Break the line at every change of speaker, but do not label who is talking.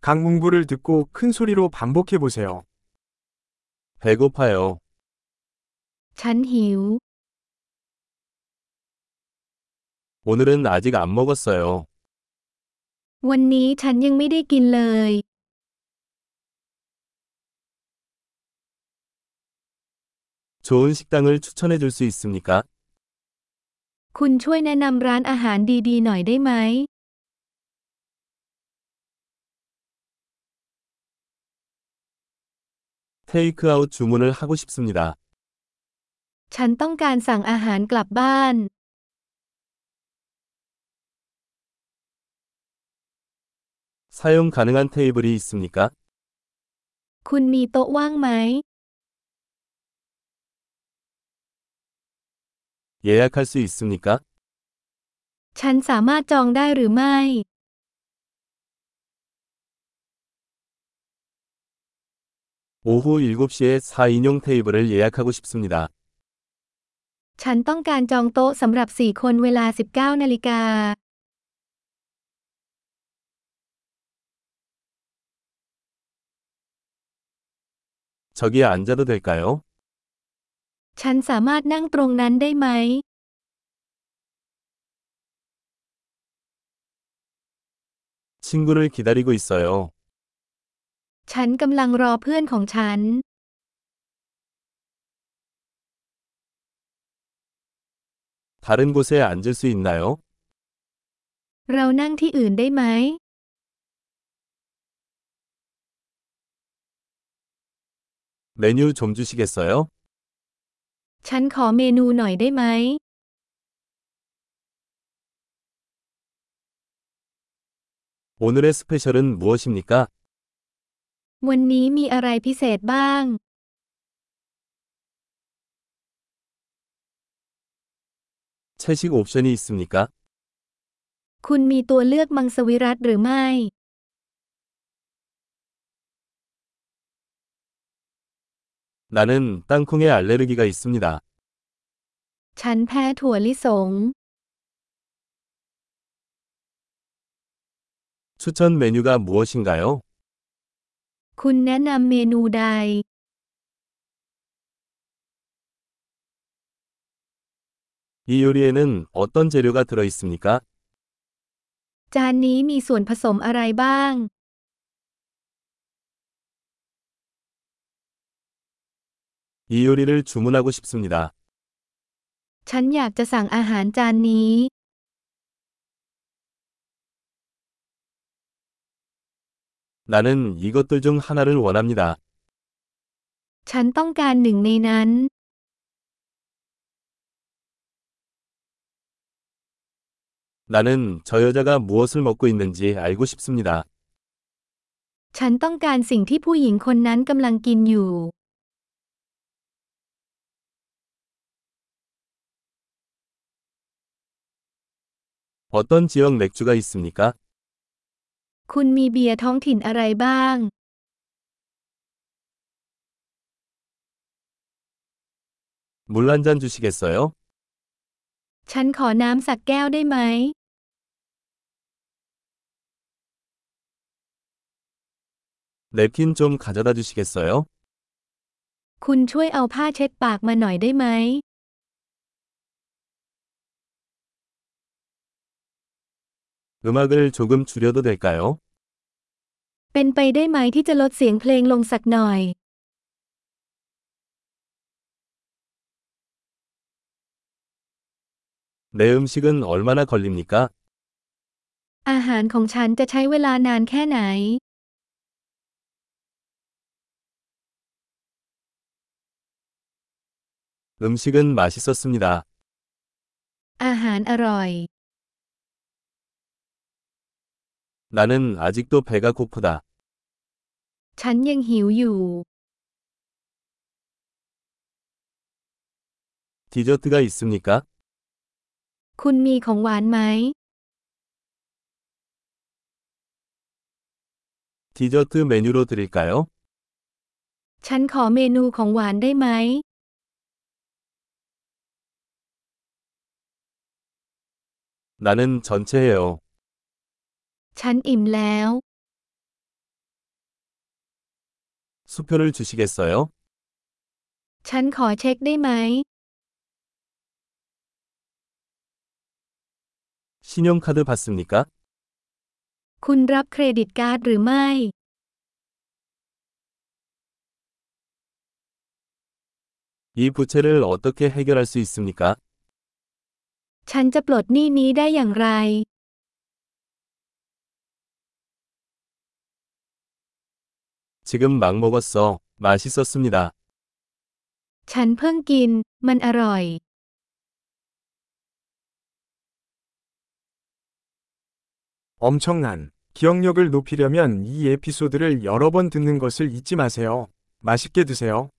각 문구를 듣고 큰 소리로 반복해 보세요.
배고파요.
ฉันหิว
오늘은 아직 안 먹었어요.
วันนี้ฉันยังไม่ได้กินเลย
좋은 식당을 추천해 줄 수 있습니까?
คุณช่วยแนะนำร้านอาหารดีๆ หน่อยได้ไหม
테이크아웃 주문을 하고 싶습니다.
ฉันต้องการสั่งอาหารกลับบ้าน
사용 가능한 테이블이 있습니까?
คุณมีโต๊ะว่างไหม
예약할 수 있습니까?
ฉันสามารถจองได้หรือไม่
오후 7시에 4인용 테이블을 예약하고 싶습니다.
ฉันต้องการจองโต๊ะสำหรับ 4 คนเวลา 19 นาฬิกา
저기 앉아도 될까요?
ฉันสามารถนั่งตรงนั้นได้ไหม
친구를 기다리고 있어요.
ฉันกำลังรอเพื่อนของฉัน
다른 곳에 앉을 수 있나요?
เรานั่งที่อื่นได้ไหม
메뉴 좀 주시겠어요?
ฉันขอเมนูหน่อยได้ไหม
오늘의 스페셜은 무엇입니까?
วันนี้มีอะไรพิเศษบ้าง
채식 옵션이 있습니까?
คุณมีตัวเลือกมังสวิรัตหรือไม่
나는 땅콩에 알레르기가 있습니다.
ฉันแพ้ถั่วลิสง
추천 메뉴가 무엇인가요?
คุณแนะนำเมนูใด
이 요리에는 어떤 재료가 들어 있습니까?
จานนี้มีส่วนผสมอะไรบ้าง
이 요리를 주문하고 싶습니다.
ฉันอยากจะสั่งอาหารจานนี้
나는 이것들 중 하나를 원합니다.
ฉันต้องการหนึ่งในนั้น
나는 저 여자가 무엇을 먹고 있는지 알고 싶습니다.
ฉันต้องการสิ่งที่ผู้หญิงคนนั้นกำลังกินอยู่
어떤 지역 맥주가 있습니까?
คุณมีเบียร์ท้องถิ่นอะไรบ้าง
물 한 잔 주시겠어요?
ฉันขอน้ำสักแก้วได้ไหม
냅킨 좀 가져다 주시겠어요?
คุณช่วยเอาผ้าเช็ดปากมาหน่อยได้ไหม
음악을 조금 줄여도 될까요?
เป็นไปได้ไหมที่จะลดเสียงเพลงลงสักหน่อย
내 음식은 얼마나 걸립니까?
อาหารของฉันจะใช้เวลานานแค่ไหน
음식은 맛있었습니다.
อาหารอร่อย
나는 아직도 배가 고프다.
ฉันยังหิวอยู่
디저트가 있습니까?
คุณมีของหวานไหม
디저트 메뉴로 드릴까요?
ฉันขอเมนูของหวานได้ไหม
나는 전체예요.
ฉันอิ่มแล้ว
수표를 주시겠어요?
ฉันขอเช็คได้ไหม
신용카드 받습니까?
คุณรับเครดิตการ์ดหรือไม่
이 부채를 어떻게 해결할 수 있습니까?
ฉันจะปลดหนี้นี้ได้อย่างไร
지금 막 먹었어. 맛있었습니다.
ฉันเพิ่งกิน มันอร่อย
엄청난 기억력을 높이려면 이 에피소드를 여러 번 듣는 것을 잊지 마세요. 맛있게 드세요.